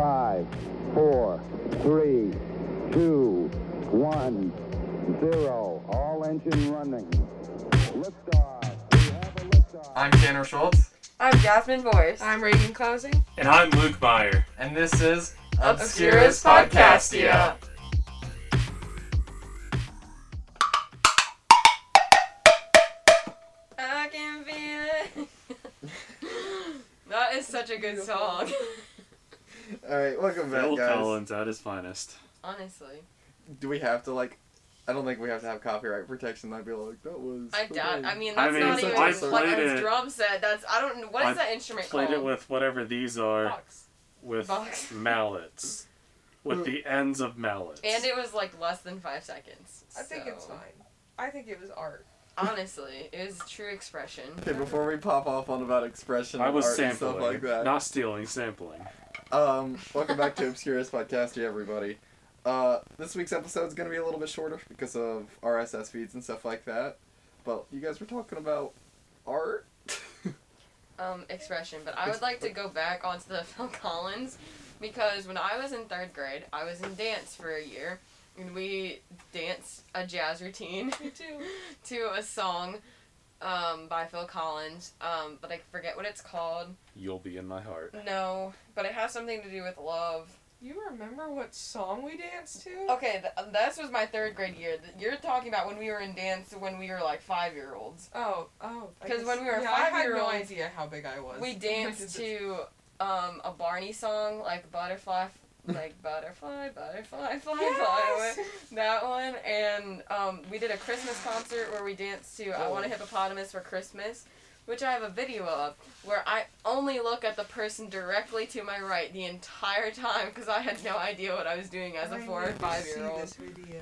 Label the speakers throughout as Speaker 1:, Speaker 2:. Speaker 1: five, four, three, two, one, zero. All engine running. Liftoff. We have a liftoff.
Speaker 2: I'm Tanner Schultz,
Speaker 3: I'm Jasmine Voice.
Speaker 4: I'm Reagan Clausing.
Speaker 5: And I'm Luke Meyer.
Speaker 2: and this is
Speaker 4: Obscurus
Speaker 2: Podcastia.
Speaker 3: I can feel it. that is such a good song.
Speaker 6: All right, welcome back,
Speaker 5: Phil
Speaker 6: guys.
Speaker 5: Collins at his finest.
Speaker 3: Honestly,
Speaker 6: Do we have to like? I don't think we have to have copyright protection. I'd be like, that was.
Speaker 3: I doubt. I mean,
Speaker 5: I
Speaker 3: that's
Speaker 5: mean,
Speaker 3: not
Speaker 6: it's
Speaker 3: even
Speaker 6: like I
Speaker 3: what
Speaker 5: played
Speaker 3: his
Speaker 5: it.
Speaker 3: drum set. That's I don't. know What is
Speaker 5: I
Speaker 3: that instrument
Speaker 5: Played
Speaker 3: called?
Speaker 5: it with whatever these are,
Speaker 3: Box.
Speaker 5: with
Speaker 3: Box.
Speaker 5: mallets, with the ends of mallets.
Speaker 3: And it was like less than five seconds.
Speaker 4: I think it's
Speaker 3: so,
Speaker 4: fine. I think it was art.
Speaker 3: Honestly, it was true expression.
Speaker 6: Okay, before we pop off on about expression,
Speaker 5: I was
Speaker 6: art and
Speaker 5: sampling,
Speaker 6: stuff like that.
Speaker 5: not stealing, sampling.
Speaker 6: Um, welcome back to Obscurus Podcast, to everybody. Uh, this week's episode is going to be a little bit shorter because of RSS feeds and stuff like that. But you guys were talking about art.
Speaker 3: um, expression, but I would like to go back onto the Phil Collins because when I was in third grade, I was in dance for a year, and we danced a jazz routine
Speaker 4: Me too.
Speaker 3: to a song um, by Phil Collins, um, but I forget what it's called.
Speaker 5: You'll be in my heart.
Speaker 3: No, but it has something to do with love.
Speaker 4: You remember what song we danced to?
Speaker 3: Okay, th- this was my third grade year. Th- You're talking about when we were in dance when we were like five year olds.
Speaker 4: Oh, oh. I
Speaker 3: 'Cause
Speaker 4: guess-
Speaker 3: when we were
Speaker 4: yeah, I had no
Speaker 3: five-year-olds,
Speaker 4: idea how big I was.
Speaker 3: We
Speaker 4: did
Speaker 3: danced
Speaker 4: this-
Speaker 3: to um, a Barney song, like butterfly, like butterfly, butterfly, fly,
Speaker 4: Yes!
Speaker 3: fly. That one, and um, we did a Christmas concert where we danced to "I Want a Hippopotamus for Christmas," which I have a video of, where I only look at the person directly to my right the entire time because I had no idea what I was doing as a
Speaker 4: I
Speaker 3: four or
Speaker 4: need to
Speaker 3: five
Speaker 4: see
Speaker 3: year old.
Speaker 4: this video.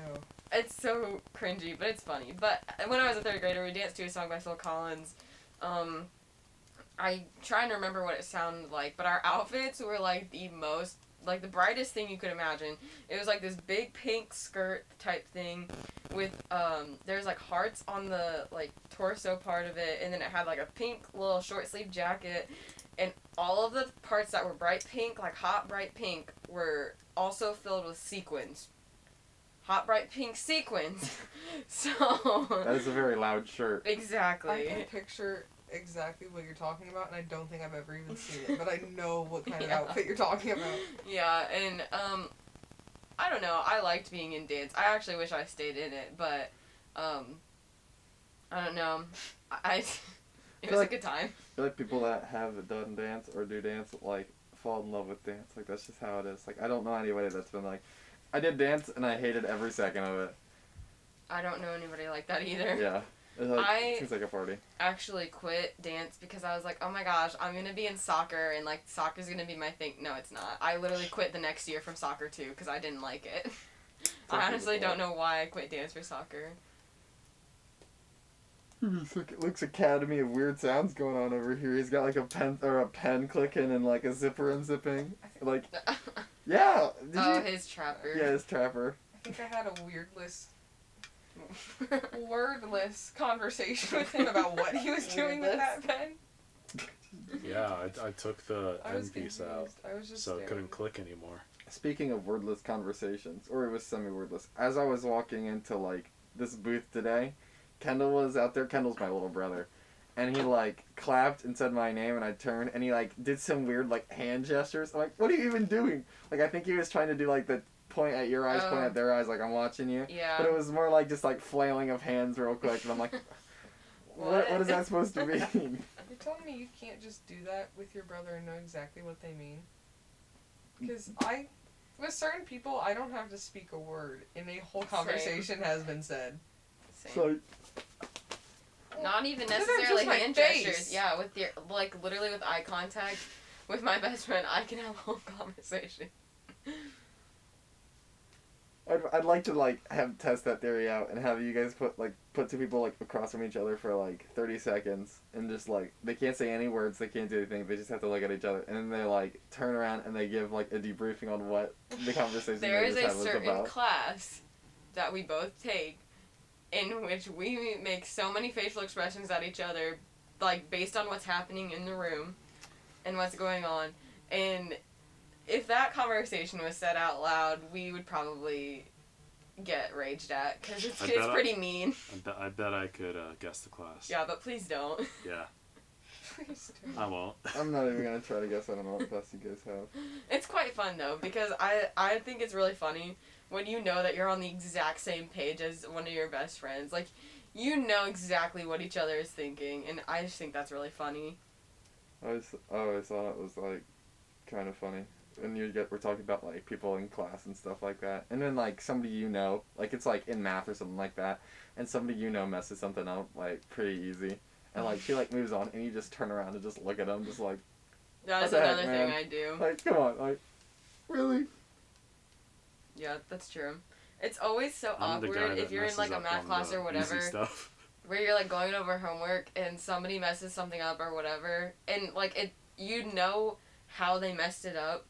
Speaker 3: It's so cringy, but it's funny. But uh, when I was a third grader, we danced to a song by Phil Collins. Um, I try and remember what it sounded like, but our outfits were like the most, like the brightest thing you could imagine. It was like this big pink skirt type thing with, um, there's like hearts on the like torso part of it, and then it had like a pink little short sleeve jacket. And all of the parts that were bright pink, like hot bright pink, were also filled with sequins hot bright pink sequins.
Speaker 6: That
Speaker 3: so
Speaker 6: is a very loud shirt.
Speaker 4: I
Speaker 3: exactly.
Speaker 4: can picture exactly what you're talking about, and I don't think I've ever even seen it, but I know what kind
Speaker 3: Yeah.
Speaker 4: of outfit you're talking about.
Speaker 3: Yeah, and um I don't know, I liked being in dance. I actually wish I stayed in it, but um I don't know. I, I- it
Speaker 6: Feel
Speaker 3: was
Speaker 6: like-
Speaker 3: a good time.
Speaker 6: I feel like people that have done dance or do dance like fall in love with dance. Like that's just how it is. Like I don't know anybody that's been like, I did dance and I hated every second of it.
Speaker 3: I don't know anybody like that either.
Speaker 6: Yeah. It's like,
Speaker 3: I-
Speaker 6: seems like a party.
Speaker 3: Actually quit dance because I was like, "Oh my gosh, I'm going to be in soccer and like soccer's going to be my thing." No, it's not. I literally quit the next year from soccer too cuz I didn't like it. I honestly don't know why I quit dance for soccer.
Speaker 6: Look, Luke's Academy of Weird Sounds going on over here. He's got like a pen or a pen clicking and like a zipper unzipping. Like yeah, did
Speaker 3: oh,
Speaker 6: you?
Speaker 3: his trapper.
Speaker 6: Yeah, it's Trapper.
Speaker 4: I think I had a weirdless, wordless conversation with him about what he was doing with that pen.
Speaker 5: Yeah, I, I took the
Speaker 4: I
Speaker 5: end
Speaker 4: was
Speaker 5: piece out,
Speaker 4: confused. I was just
Speaker 5: so it
Speaker 4: staring.
Speaker 5: couldn't click anymore.
Speaker 6: Speaking of wordless conversations, or it was semi-wordless. As I was walking into like this booth today, Kendall was out there. Kendall's my little brother, and he like clapped and said my name, and I turned and he like did some weird like hand gestures. I'm like, what are you even doing? Like I think he was trying to do like the point at your eyes, point
Speaker 3: Oh.
Speaker 6: at their eyes, like I'm watching you. But
Speaker 3: Yeah.
Speaker 6: it was more like just like flailing of hands real quick, and I'm like, what, what is that supposed to mean?
Speaker 4: You're telling me you can't just do that with your brother and know exactly what they mean? Because
Speaker 3: Mm.
Speaker 4: I, with certain people, I don't have to speak a word, and a whole conversation has been said.
Speaker 3: Same.
Speaker 6: so
Speaker 3: Not even
Speaker 4: Look at
Speaker 3: necessarily
Speaker 4: just my
Speaker 3: hand
Speaker 4: face.
Speaker 3: gestures. Yeah, with your like literally with eye contact with my best friend, I can have a whole conversation.
Speaker 6: I'd, I'd like to like have test that theory out and have you guys put like put two people like across from each other for like thirty seconds and just like they can't say any words, they can't do anything, they just have to look at each other and then they like turn around and they give like a debriefing on what the conversation
Speaker 3: There
Speaker 6: they
Speaker 3: is
Speaker 6: just
Speaker 3: a
Speaker 6: had was
Speaker 3: certain
Speaker 6: about.
Speaker 3: class that we both take in which we make so many facial expressions at each other, like based on what's happening in the room and what's going on. And if that conversation was said out loud, we would probably get raged at because it's,
Speaker 5: I
Speaker 3: it's
Speaker 5: bet I-
Speaker 3: pretty mean.
Speaker 5: I bet I, bet I could uh, guess the class.
Speaker 3: Yeah, but please don't.
Speaker 5: Yeah,
Speaker 4: Please do.
Speaker 5: I won't.
Speaker 6: I'm not even gonna try to guess. I don't know what class you guys have.
Speaker 3: It's quite fun though because I I think it's really funny when you know that you're on the exact same page as one of your best friends. Like you know exactly what each other is thinking, and I just think that's really funny.
Speaker 6: I always, I always thought it was like kind of funny. And you get we're talking about like people in class and stuff like that, and then like somebody you know, like it's like in math or something like that, and somebody you know messes something up like pretty easy, and like she like moves on, and you just turn around and just look at them, just like
Speaker 3: That is
Speaker 6: What the heck,
Speaker 3: another
Speaker 6: man?
Speaker 3: thing I do.
Speaker 6: like come on, like really.
Speaker 3: Yeah, that's true. It's always so
Speaker 5: I'm the guy
Speaker 3: awkward
Speaker 5: that
Speaker 3: if you're in
Speaker 5: messes
Speaker 3: like a
Speaker 5: up
Speaker 3: math
Speaker 5: on
Speaker 3: class
Speaker 5: the
Speaker 3: or
Speaker 5: easy
Speaker 3: whatever
Speaker 5: Stuff.
Speaker 3: where you're like going over homework and somebody messes something up or whatever and like it you know how they messed it up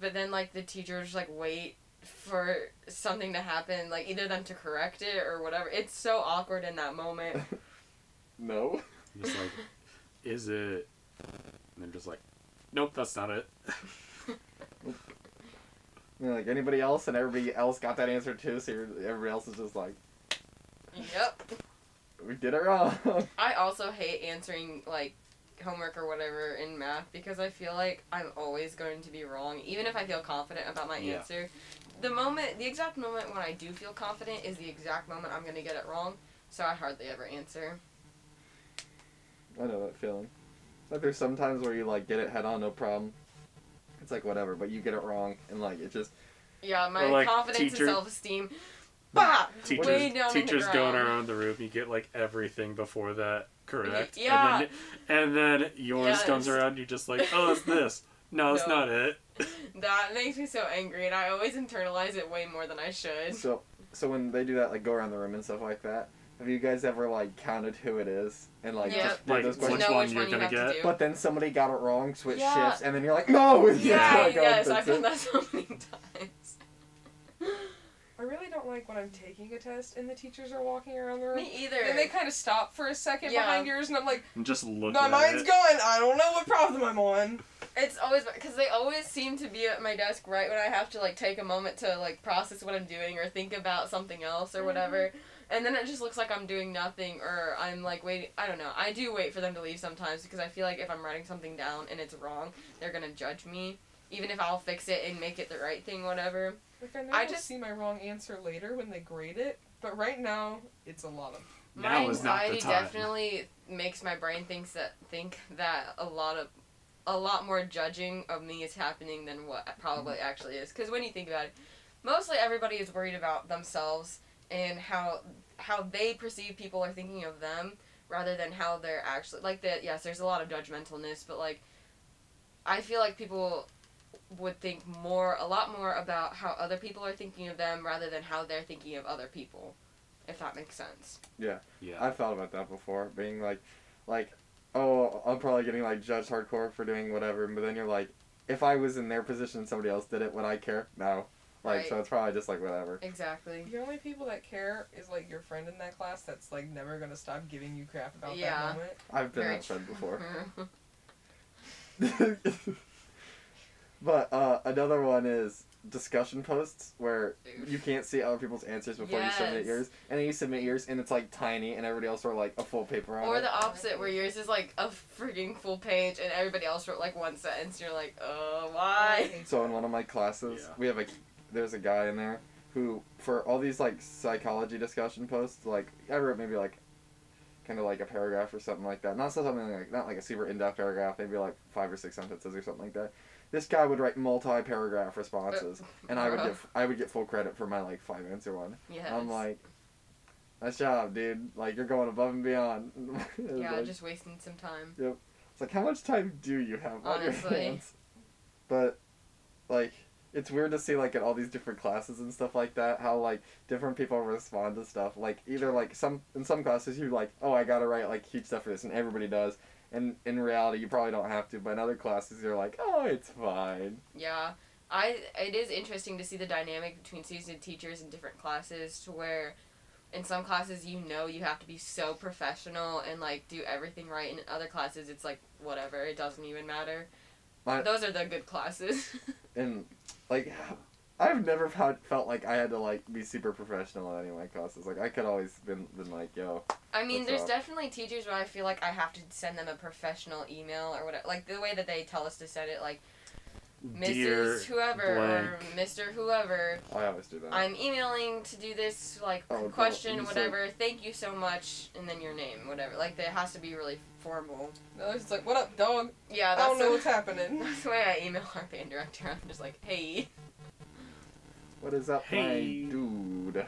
Speaker 3: but then like the teachers like wait for something to happen like either them to correct it or whatever it's so awkward in that moment
Speaker 6: No.
Speaker 5: I'm just like, is it? And they're just like, nope, that's not it.
Speaker 6: And, like anybody else, and everybody else got that answer too. So you're, everybody else is just like,
Speaker 3: yep
Speaker 6: we did it wrong.
Speaker 3: i also hate answering like homework or whatever in math because i feel like i'm always going to be wrong even if i feel confident about my
Speaker 5: Yeah.
Speaker 3: answer the moment the exact moment when i do feel confident is the exact moment i'm going to get it wrong so i hardly ever answer
Speaker 6: I know that feeling. Like there's some times where you like get it head on, no problem. It's like whatever, but you get it wrong, and like it just
Speaker 3: Yeah, my
Speaker 5: Or, like,
Speaker 3: confidence
Speaker 5: teacher-
Speaker 3: and self esteem. Bah!
Speaker 5: Teachers,
Speaker 3: way down
Speaker 5: teachers
Speaker 3: in the
Speaker 5: going
Speaker 3: ground.
Speaker 5: around the room. You get like everything before that correct.
Speaker 3: yeah.
Speaker 5: And then, and then yours
Speaker 3: Yes.
Speaker 5: comes around. You're just like, oh, it's this. No, it's
Speaker 3: No.
Speaker 5: not it.
Speaker 3: That makes me so angry, and I always internalize it way more than I should.
Speaker 6: So, so when they do that, like go around the room and stuff like that, have you guys ever like counted who it is and like
Speaker 3: Yeah.
Speaker 6: just did
Speaker 5: Like,
Speaker 6: those
Speaker 3: To
Speaker 5: To which
Speaker 6: questions?
Speaker 3: know
Speaker 5: one
Speaker 3: which
Speaker 5: you're
Speaker 3: one you
Speaker 5: gonna
Speaker 3: have
Speaker 5: get?
Speaker 3: to do.
Speaker 6: But then somebody got it wrong, switch
Speaker 3: Yeah.
Speaker 6: shifts, and then you're like, no, it's
Speaker 3: yeah,
Speaker 6: not going
Speaker 3: yes,
Speaker 6: to
Speaker 3: I've
Speaker 6: fit."
Speaker 3: done that so many times.
Speaker 4: I really don't like when I'm taking a test and the teachers are walking around the room.
Speaker 3: Me either.
Speaker 4: And they kind of stop for a second
Speaker 3: Yeah.
Speaker 4: behind yours, and I'm like,
Speaker 5: And just look
Speaker 4: my
Speaker 5: at
Speaker 4: mind's
Speaker 5: it.
Speaker 4: going. I don't know what problem I'm on.
Speaker 3: It's always because they always seem to be at my desk right when I have to like take a moment to like process what I'm doing or think about something else or whatever, and then it just looks like I'm doing nothing or I'm like waiting. I don't know. I do wait for them to leave sometimes because I feel like if I'm writing something down and it's wrong, they're gonna judge me, even if I'll fix it and make it the right thing, whatever.
Speaker 4: Like I know
Speaker 3: I
Speaker 4: I
Speaker 3: just-
Speaker 4: just see my wrong answer later when they grade it, but right now it's a lot of.
Speaker 5: Now
Speaker 3: my
Speaker 5: is not
Speaker 3: anxiety
Speaker 5: the time.
Speaker 3: definitely makes my brain thinks that think that a lot of a lot more judging of me is happening than what probably
Speaker 5: Mm-hmm.
Speaker 3: actually is because when you think about it mostly everybody is worried about themselves and how how they perceive people are thinking of them rather than how they're actually like that yes there's a lot of judgmentalness but like i feel like people would think more a lot more about how other people are thinking of them rather than how they're thinking of other people if that makes sense
Speaker 5: Yeah.
Speaker 6: I've thought about that before, being like, like, oh, I'm probably getting like judged hardcore for doing whatever, but then you're like, if I was in their position, and somebody else did it, would I care? No. Like, so
Speaker 3: Right.
Speaker 6: it's probably just like whatever.
Speaker 3: Exactly.
Speaker 4: The only people that care is like your friend in that class that's like never gonna stop giving you crap about
Speaker 3: Yeah.
Speaker 4: that moment.
Speaker 6: I've been
Speaker 3: Very
Speaker 6: that friend before.
Speaker 3: Mm-hmm.
Speaker 6: but uh, another one is discussion posts where you can't see other people's answers before you submit
Speaker 3: Yes.
Speaker 6: yours, and then you submit yours, and it's like tiny, and everybody else wrote like a full paper on
Speaker 3: or
Speaker 6: it.
Speaker 3: the opposite, where yours is like a freaking full page and everybody else wrote like one sentence. You're like, uh, why?
Speaker 4: hate
Speaker 6: so in one of my classes,
Speaker 5: Yeah.
Speaker 6: we have a there's a guy in there who for all these like psychology discussion posts, like I wrote maybe like kind of like a paragraph or something like that. Not something like not like a super in depth paragraph, maybe like five or six sentences or something like that. This guy would write multi paragraph responses, and I would get I would get full credit for my like five answer one.
Speaker 3: Yes.
Speaker 6: I'm like, nice job, dude. Like you're going above and beyond. It's
Speaker 3: yeah,
Speaker 6: like-
Speaker 3: just wasting some time.
Speaker 6: it's like, how much time do you have on your
Speaker 3: Honestly.
Speaker 6: hands? But, like, it's weird to see, like, in all these different classes and stuff like that, how, like, different people respond to stuff. Like, either, like, some in some classes, you're like, oh, I gotta write, like, huge stuff for this, and everybody does. And in reality, you probably don't have to, but in other classes, you're like, oh, it's fine.
Speaker 3: Yeah. I it is interesting to see the dynamic between seasoned teachers in different classes to where in some classes you know you have to be so professional and like do everything right and in other classes it's like whatever, it doesn't even matter.
Speaker 6: My-
Speaker 3: Those are the good classes.
Speaker 6: and like I've never had, felt like I had to like be super professional at any of my classes. Like I could always been been like, yo,
Speaker 3: I mean,
Speaker 6: That's
Speaker 3: there's
Speaker 6: rough.
Speaker 3: definitely teachers where I feel like I have to send them a professional email or whatever. Like the way that they tell us to send it, like Mrs.
Speaker 5: Dear
Speaker 3: whoever or
Speaker 5: blank.
Speaker 3: Mr. whoever,
Speaker 6: I always do that.
Speaker 3: I'm emailing to do this like
Speaker 6: Oh, God,
Speaker 3: question,
Speaker 6: you said-
Speaker 3: whatever. Thank you so much, and then your name, whatever. Like that has to be really formal.
Speaker 4: No, it's just like, what up, dog?
Speaker 3: Yeah,
Speaker 4: I
Speaker 3: that's
Speaker 4: don't know what's
Speaker 3: the,
Speaker 4: happening.
Speaker 3: that's the way I email our band director. I'm just like, hey,
Speaker 6: What is up,
Speaker 5: Hey.
Speaker 6: my dude?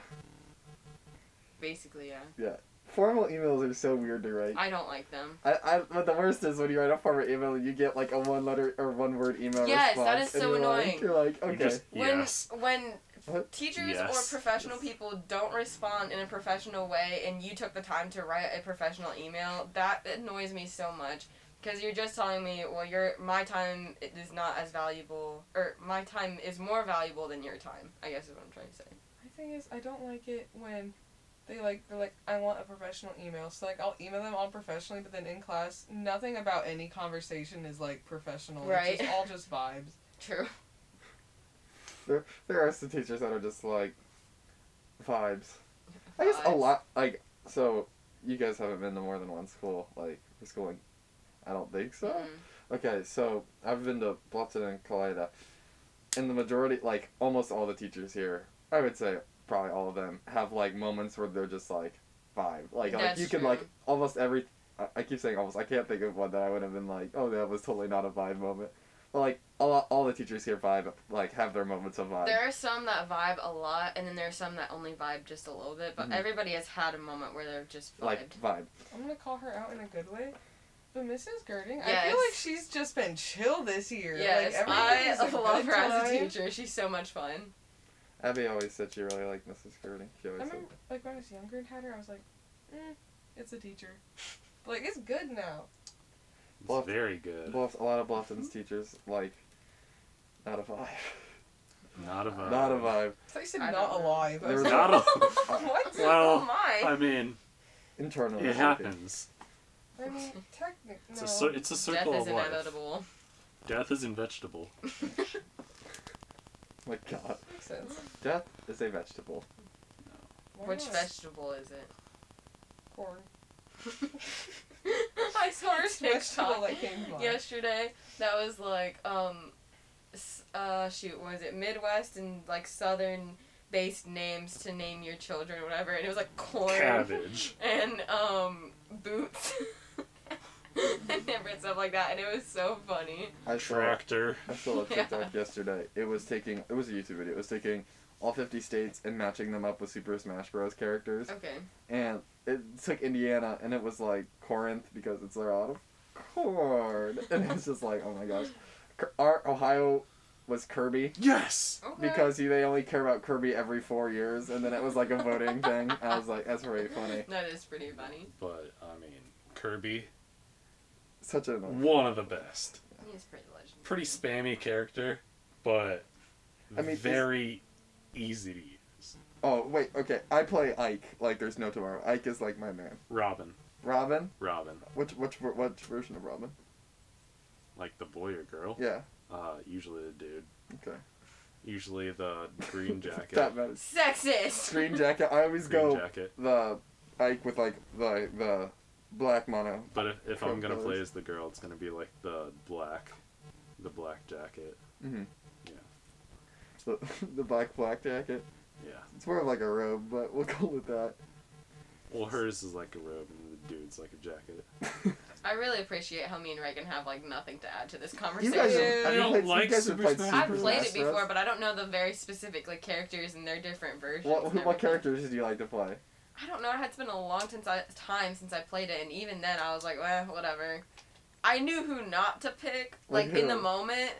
Speaker 3: basically, yeah.
Speaker 6: Formal emails are so weird to write.
Speaker 3: I don't like them.
Speaker 6: I, I, but the worst is when you write a formal email, you get like a one letter or one word email
Speaker 3: Yes,
Speaker 6: response.
Speaker 3: that is
Speaker 6: and
Speaker 3: so
Speaker 6: you're like-
Speaker 3: annoying.
Speaker 6: you're like, okay,
Speaker 5: You just,
Speaker 3: When
Speaker 5: yes.
Speaker 3: when
Speaker 6: What?
Speaker 3: teachers
Speaker 5: Yes.
Speaker 3: or professional people don't respond in a professional way, and you took the time to write a professional email, that annoys me so much. Because you're just telling me, well, your my time is not as valuable, or my time is more valuable than your time. I guess is what I'm trying to say.
Speaker 4: My thing is, I don't like it when they like they're like, I want a professional email. So like, I'll email them all professionally, but then in class, nothing about any conversation is like professional. It's
Speaker 3: Right.
Speaker 4: just all just vibes.
Speaker 3: True.
Speaker 6: There, there are some teachers that are just like vibes. I guess a
Speaker 3: Vibes.
Speaker 6: lot like so. You guys haven't been to more than one school, like for schooling. I don't think so.
Speaker 3: Mm.
Speaker 6: Okay, so I've been to Bluffton and Kaleida, and the majority, like almost all the teachers here, I would say probably all of them have like moments where they're just like vibe. Like, like
Speaker 3: That's
Speaker 6: you can
Speaker 3: true.
Speaker 6: like almost every. I, I keep saying almost. I can't think of one that I would have been like, oh, that was totally not a vibe moment. But like a lot, all the teachers here vibe like have their moments of vibe.
Speaker 3: There are some that vibe a lot, and then there are some that only vibe just a little bit. But
Speaker 6: Mhm.
Speaker 3: everybody has had a moment where they've just vibed.
Speaker 6: like vibe.
Speaker 4: I'm gonna call her out in a good way. But Mrs. Girding, I
Speaker 3: Yes.
Speaker 4: feel like she's just been chill this year.
Speaker 3: yes,
Speaker 4: like,
Speaker 3: I
Speaker 4: everything is a
Speaker 3: love her
Speaker 4: good
Speaker 3: as a
Speaker 4: time.
Speaker 3: teacher. She's so much fun.
Speaker 6: Abby always said she really liked Mrs. Curdy. She
Speaker 4: I
Speaker 6: always said.
Speaker 4: remember, like when I was younger and had her, I was like, mm, it's a teacher. But, like it's good now.
Speaker 5: It's
Speaker 6: Bluff-
Speaker 5: very good.
Speaker 6: Bluff, a lot of Bluffton's teachers like not a vibe.
Speaker 5: not a vibe.
Speaker 6: Not a vibe. Uh,
Speaker 4: So you said
Speaker 3: I
Speaker 4: not
Speaker 3: don't know.
Speaker 4: alive. I
Speaker 6: There
Speaker 4: was
Speaker 6: was
Speaker 4: like,
Speaker 5: Not a.
Speaker 4: what?
Speaker 3: Oh
Speaker 5: Well,
Speaker 3: my.
Speaker 5: I mean,
Speaker 6: Internal.
Speaker 5: it happens.
Speaker 4: I mean, technically,
Speaker 5: It's
Speaker 4: no.
Speaker 5: a cir- it's a
Speaker 3: Death
Speaker 5: circle
Speaker 3: is
Speaker 5: of life.
Speaker 3: inevitable.
Speaker 5: Death is invegetable.
Speaker 6: My God.
Speaker 4: Makes sense.
Speaker 6: Death is a vegetable.
Speaker 4: Why
Speaker 3: Which
Speaker 4: not?
Speaker 3: vegetable is it?
Speaker 4: Corn.
Speaker 3: I saw a
Speaker 4: First vegetable
Speaker 3: TikTok
Speaker 4: that came by.
Speaker 3: yesterday that was like, um, s- uh, shoot, what was it Midwest and like Southern based names to name your children or whatever, and it was like corn
Speaker 5: Cabbage.
Speaker 3: and um boots and different stuff like that, and it was so funny.
Speaker 6: I saw,
Speaker 5: Tractor.
Speaker 6: I saw a
Speaker 3: Yeah.
Speaker 6: TikTok yesterday. It was taking. It was a YouTube video. It was taking all 50 states and matching them up with Super Smash Bros. characters.
Speaker 3: Okay.
Speaker 6: And it took Indiana, and it was like Corinth because it's their out of corn. And it's just like, oh my gosh. K- Our Ohio was Kirby.
Speaker 5: Yes!
Speaker 3: Okay.
Speaker 6: Because you, they only care about Kirby every four years, and then it was like a voting thing. I was like, that's very funny.
Speaker 3: that is pretty funny.
Speaker 5: But, I mean, Kirby,
Speaker 6: Such a
Speaker 5: one of the best.
Speaker 3: He's pretty legendary.
Speaker 5: Pretty spammy character, but
Speaker 6: I mean, is-
Speaker 5: very easy to use.
Speaker 6: Oh wait, okay. I play Ike like there's no tomorrow. Ike is like my man.
Speaker 5: Robin.
Speaker 6: Robin,
Speaker 5: Robin.
Speaker 6: which which ver- which version of Robin?
Speaker 5: Like the boy or girl.
Speaker 6: Yeah.
Speaker 5: Uh, usually the dude.
Speaker 6: Okay.
Speaker 5: Usually the green jacket.
Speaker 6: That matters.
Speaker 3: Sexist.
Speaker 6: Green jacket. I always
Speaker 5: green
Speaker 6: go
Speaker 5: jacket.
Speaker 6: the Ike with like the the black mono.
Speaker 5: But if, if I'm gonna play
Speaker 6: Colours.
Speaker 5: as the girl, it's gonna be like the black, the black jacket.
Speaker 6: Mhm.
Speaker 5: Yeah.
Speaker 6: The, the black black jacket.
Speaker 5: Yeah.
Speaker 6: It's more of like a robe, but we'll call it that.
Speaker 5: Well, hers is like a robe, and the dude's like a jacket.
Speaker 3: I really appreciate how me and Ray can have like nothing to add to this
Speaker 6: You
Speaker 3: conversation.
Speaker 6: guys,
Speaker 4: Yeah.
Speaker 6: have, have
Speaker 5: I
Speaker 6: you
Speaker 5: don't
Speaker 6: played,
Speaker 5: like
Speaker 6: you guys
Speaker 5: Super
Speaker 6: have played
Speaker 5: Smash
Speaker 6: Super
Speaker 3: I've played it
Speaker 6: Smash Bros?
Speaker 3: before, but I don't know the very specific like characters and their different versions.
Speaker 6: What
Speaker 3: and
Speaker 6: who- what
Speaker 3: everything.
Speaker 6: characters do you like to play?
Speaker 3: I don't know. It had been a long since I, time since I played it, and even then I was like, well, whatever. I knew who not to pick.
Speaker 6: Like
Speaker 3: Like in the
Speaker 6: who?
Speaker 3: moment,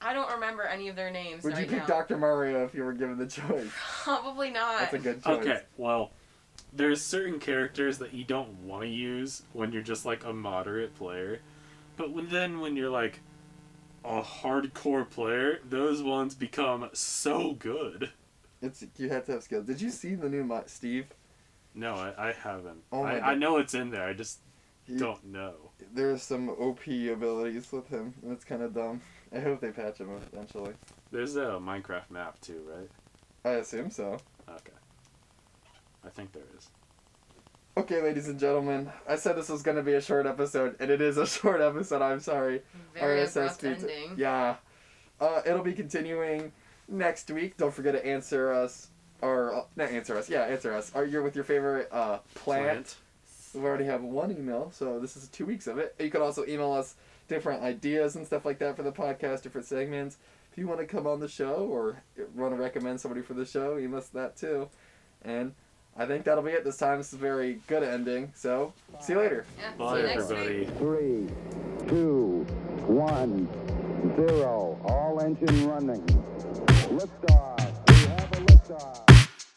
Speaker 3: I don't remember any of their names
Speaker 6: Would you
Speaker 3: right
Speaker 6: pick
Speaker 3: now.
Speaker 6: Doctor Mario if you were given the choice?
Speaker 3: Probably not.
Speaker 6: That's a good choice.
Speaker 5: Okay. Well, there's certain characters that you don't want to use when you're just like a moderate player, but when then when you're like a hardcore player, those ones become so good.
Speaker 6: It's you have to have skills. Did you see the new Mi- Steve?
Speaker 5: No, I, I haven't.
Speaker 6: Oh my
Speaker 5: I,
Speaker 6: God.
Speaker 5: I know it's in there. I just
Speaker 6: He-
Speaker 5: don't know.
Speaker 6: There's some OP abilities with him, and it's kind of dumb. I hope they patch him eventually.
Speaker 5: There's a Minecraft map too, right?
Speaker 6: I assume so.
Speaker 5: Okay. I think there is.
Speaker 6: Okay, ladies and gentlemen, I said this was gonna be a short episode, and it is a short episode. I'm sorry.
Speaker 3: Very
Speaker 6: RSS
Speaker 3: abrupt
Speaker 6: feeds-
Speaker 3: ending.
Speaker 6: Yeah. Uh, it'll be continuing next week. Don't forget to answer us. Or, uh, not answer us. Yeah, answer us. Are you with your favorite uh, plant? We already have one email, so this is two weeks of it. You can also email us different ideas and stuff like that for the podcast, different segments. If you want to come on the show or want to recommend somebody for the show, email us that too. And I think that'll be it this time. It's a very good ending, so see you later.
Speaker 3: Yeah,
Speaker 5: Bye
Speaker 3: see you next
Speaker 5: everybody.
Speaker 3: week.
Speaker 1: three, two, one, zero. All engine running. Liftoff. We have a liftoff.